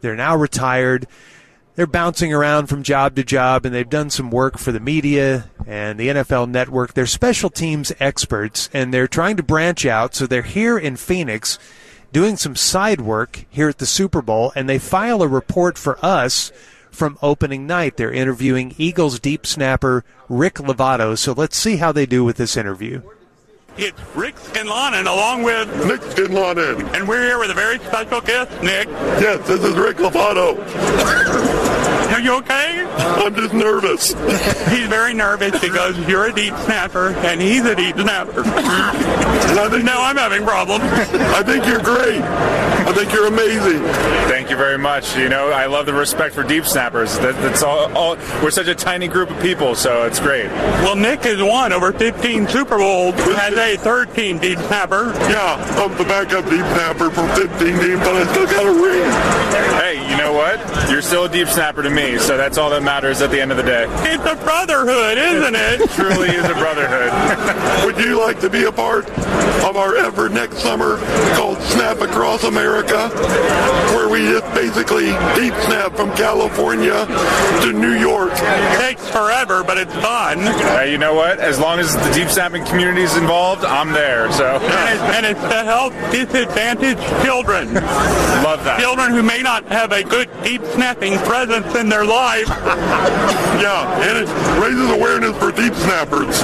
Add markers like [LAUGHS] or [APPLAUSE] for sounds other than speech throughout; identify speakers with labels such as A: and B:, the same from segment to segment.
A: They're now retired. They're bouncing around from job to job, and they've done some work for the media and the NFL network. They're special teams experts, and they're trying to branch out. So they're here in Phoenix doing some side work here at the Super Bowl, and they file a report for us from opening night. They're interviewing Eagles deep snapper Rick Lovato. So let's see how they do with this interview.
B: It's Rick and Lonan along with
C: Nick Skinlonen.
B: and we're here with a very special guest, Nick.
C: Yes, this is Rick Lovato.
B: Are you okay?
C: I'm just nervous.
B: He's very nervous because you're a deep snapper and he's a deep snapper.
C: I think,
B: now I'm having problems.
C: I think you're great. I think you're amazing.
D: Thank you very much. You know, I love the respect for deep snappers. That, that's all, all. We're such a tiny group of people, so it's great.
B: Well, Nick has won over 15 Super Bowls as a 13 deep snapper.
C: Yeah, I'm the backup deep snapper for 15 team, but I still got a ring.
D: Hey, you know what? You're still a deep snapper to me, so that's all that matters at the end of the day.
B: It's a brotherhood, isn't it?
D: Truly is a brotherhood.
C: Would you like to be a part of our effort next summer called Snap Across America, where we just basically deep snap from California to New York?
B: It takes forever, but it's fun. And
D: Hey, you know what? As long as the deep snapping community is involved, I'm there. So
B: it's, and it's to help disadvantaged children.
D: love that.
B: children who may not have a good deep snapping presence in their life.
C: Yeah, and it raises awareness for deep snappers.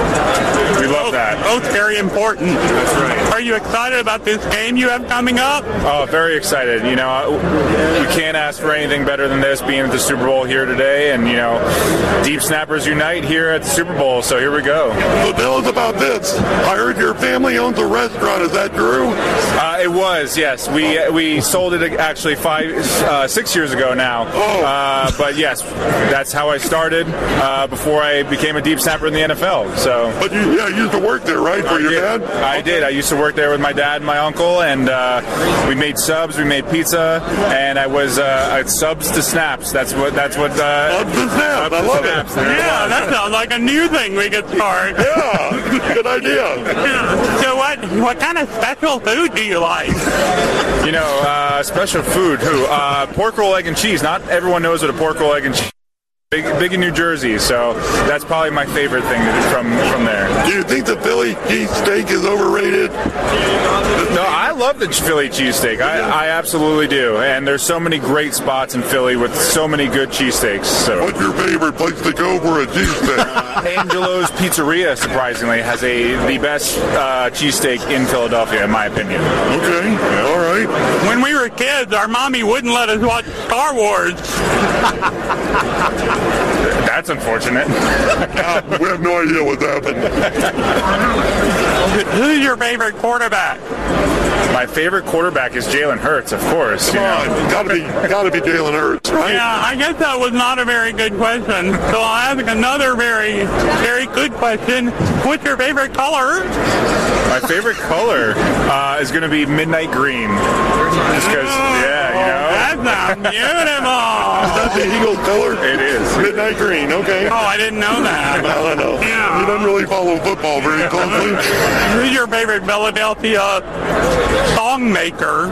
D: We
B: oh.
D: love that.
B: Both very important.
D: That's right.
B: Are you excited about this game you have coming up?
D: Oh, very excited. You know, I- we can't ask for anything better than this being at the Super Bowl here today. And, you know, Deep Snappers Unite here at the Super Bowl. So here we go.
C: So tell us about this. I heard your family owns a restaurant. Is that true?
D: Uh, it was, yes. We uh, we sold it actually five, uh, six years ago now.
C: Oh.
D: Uh, but yes, that's how I started uh, before I became a deep snapper in the NFL. So.
C: But you, yeah, you used to work there, right, for your
D: Oh, Yeah,
C: dad?
D: I did. I used to work there with my dad and my uncle, and uh, we made subs, we made pizza, and I was uh, at subs to snaps. That's what. That's what. Uh,
C: Up the snap. I love
D: snaps.
C: it.
B: Yeah, that sounds like a new thing we could start.
C: Yeah, good idea.
B: So what what kind of special food do you like?
D: You know, uh, special food. Who? Uh, pork roll, egg, and cheese. Not everyone knows what a pork roll, egg, and cheese. Big, big in New Jersey, so that's probably my favorite thing to do from from there.
C: Do you think the Philly cheesesteak is overrated?
D: No, I love the Philly cheesesteak. I, I absolutely do. And there's so many great spots in Philly with so many good cheesesteaks. So
C: What's your favorite place to go for a
D: [LAUGHS]
C: cheesesteak?
D: Angelo's Pizzeria, surprisingly, has a the best uh, cheesesteak in Philadelphia, in my opinion.
C: okay, all right.
B: When we were kids, our mommy wouldn't let us watch Star Wars.
D: That's unfortunate.
C: We have no idea what's happened.
B: Who's your favorite quarterback?
D: My favorite quarterback is Jalen Hurts, of course. you
C: Come
D: know.
C: on, gotta be, gotta be Jalen Hurts, right?
B: Yeah, I guess that was not a very good question. So I'll ask another very, very good question. What's your favorite color?
D: My favorite color uh, is going to be midnight green. Just because, yeah,
B: That sounds
C: [LAUGHS]
B: beautiful.
C: That's the Eagles color.
D: you know, it is.
C: Midnight green. Okay.
B: Oh, I didn't know that.
C: I don't know.
B: Yeah.
C: You don't really follow football very
D: [LAUGHS]
C: closely.
B: Who's your favorite Philadelphia song maker?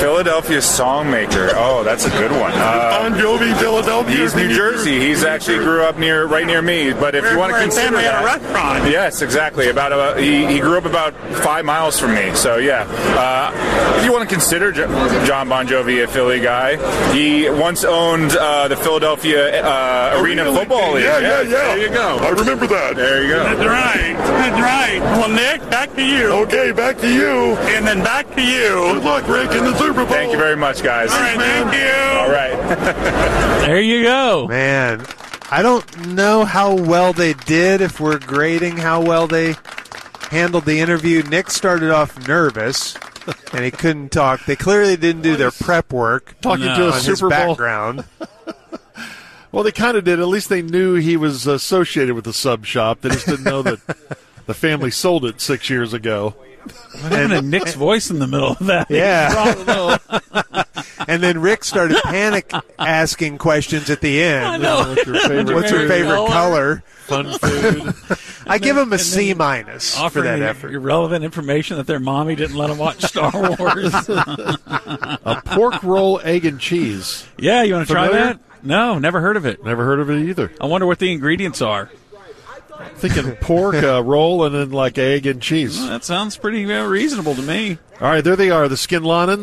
D: Philadelphia songmaker. Oh, that's a good one. Uh,
C: Bon Jovi, Philadelphia.
D: He's New Jersey. He's actually grew up near, right near me. But if you want to
B: Where his
D: consider
B: family at a
D: that,
B: restaurant.
D: yes, exactly. About a, he, he grew up about five miles from me. So yeah, uh, if you want to consider Jo- John Bon Jovi a Philly guy, he once owned uh, the Philadelphia uh, Arena Football League.
C: Yeah, yeah, yeah.
D: There you
C: I
D: go.
C: remember that.
D: There you go.
B: That's right. That's right. Well, Nick, back to you.
C: Okay, back to you.
B: And then back to you.
C: Good luck, Rick, in the Super Bowl.
D: Thank you very much, guys.
B: All right, thank you.
D: All right.
E: There you go.
A: Man, I don't know how well they did, if we're grading how well they handled the interview. Nick started off nervous and he couldn't talk. They clearly didn't do their prep work
F: Talking
E: No.
F: to a
A: on his
F: Super Bowl.
A: background.
F: Well, they kind of did. At least they knew he was associated with the sub shop. They just didn't
A: [LAUGHS]
F: know that the family sold it six years ago.
E: What happened to Nick's voice in the middle of that? [LAUGHS]
A: Yeah. [LAUGHS] and then Rick started panic asking questions at the end.
E: I know.
F: What's your favorite,
A: What's your favorite
E: Favorite
A: color?
F: fun food?
A: [LAUGHS] I give him a
E: and
A: C
E: then
A: minus for
E: Offering
A: that
E: ir-
A: effort.
E: irrelevant information that their mommy didn't let them watch
A: [LAUGHS]
E: Star Wars. [LAUGHS]
F: A pork roll, egg, and cheese.
E: yeah, you want to try
F: Familiar?
E: that? No, never heard of it.
F: Never heard of it either.
E: I wonder what the ingredients are.
F: Thinking pork uh, roll and then like egg and cheese.
E: That sounds pretty uh, reasonable to me.
F: All right, there they are, the Skinlanen.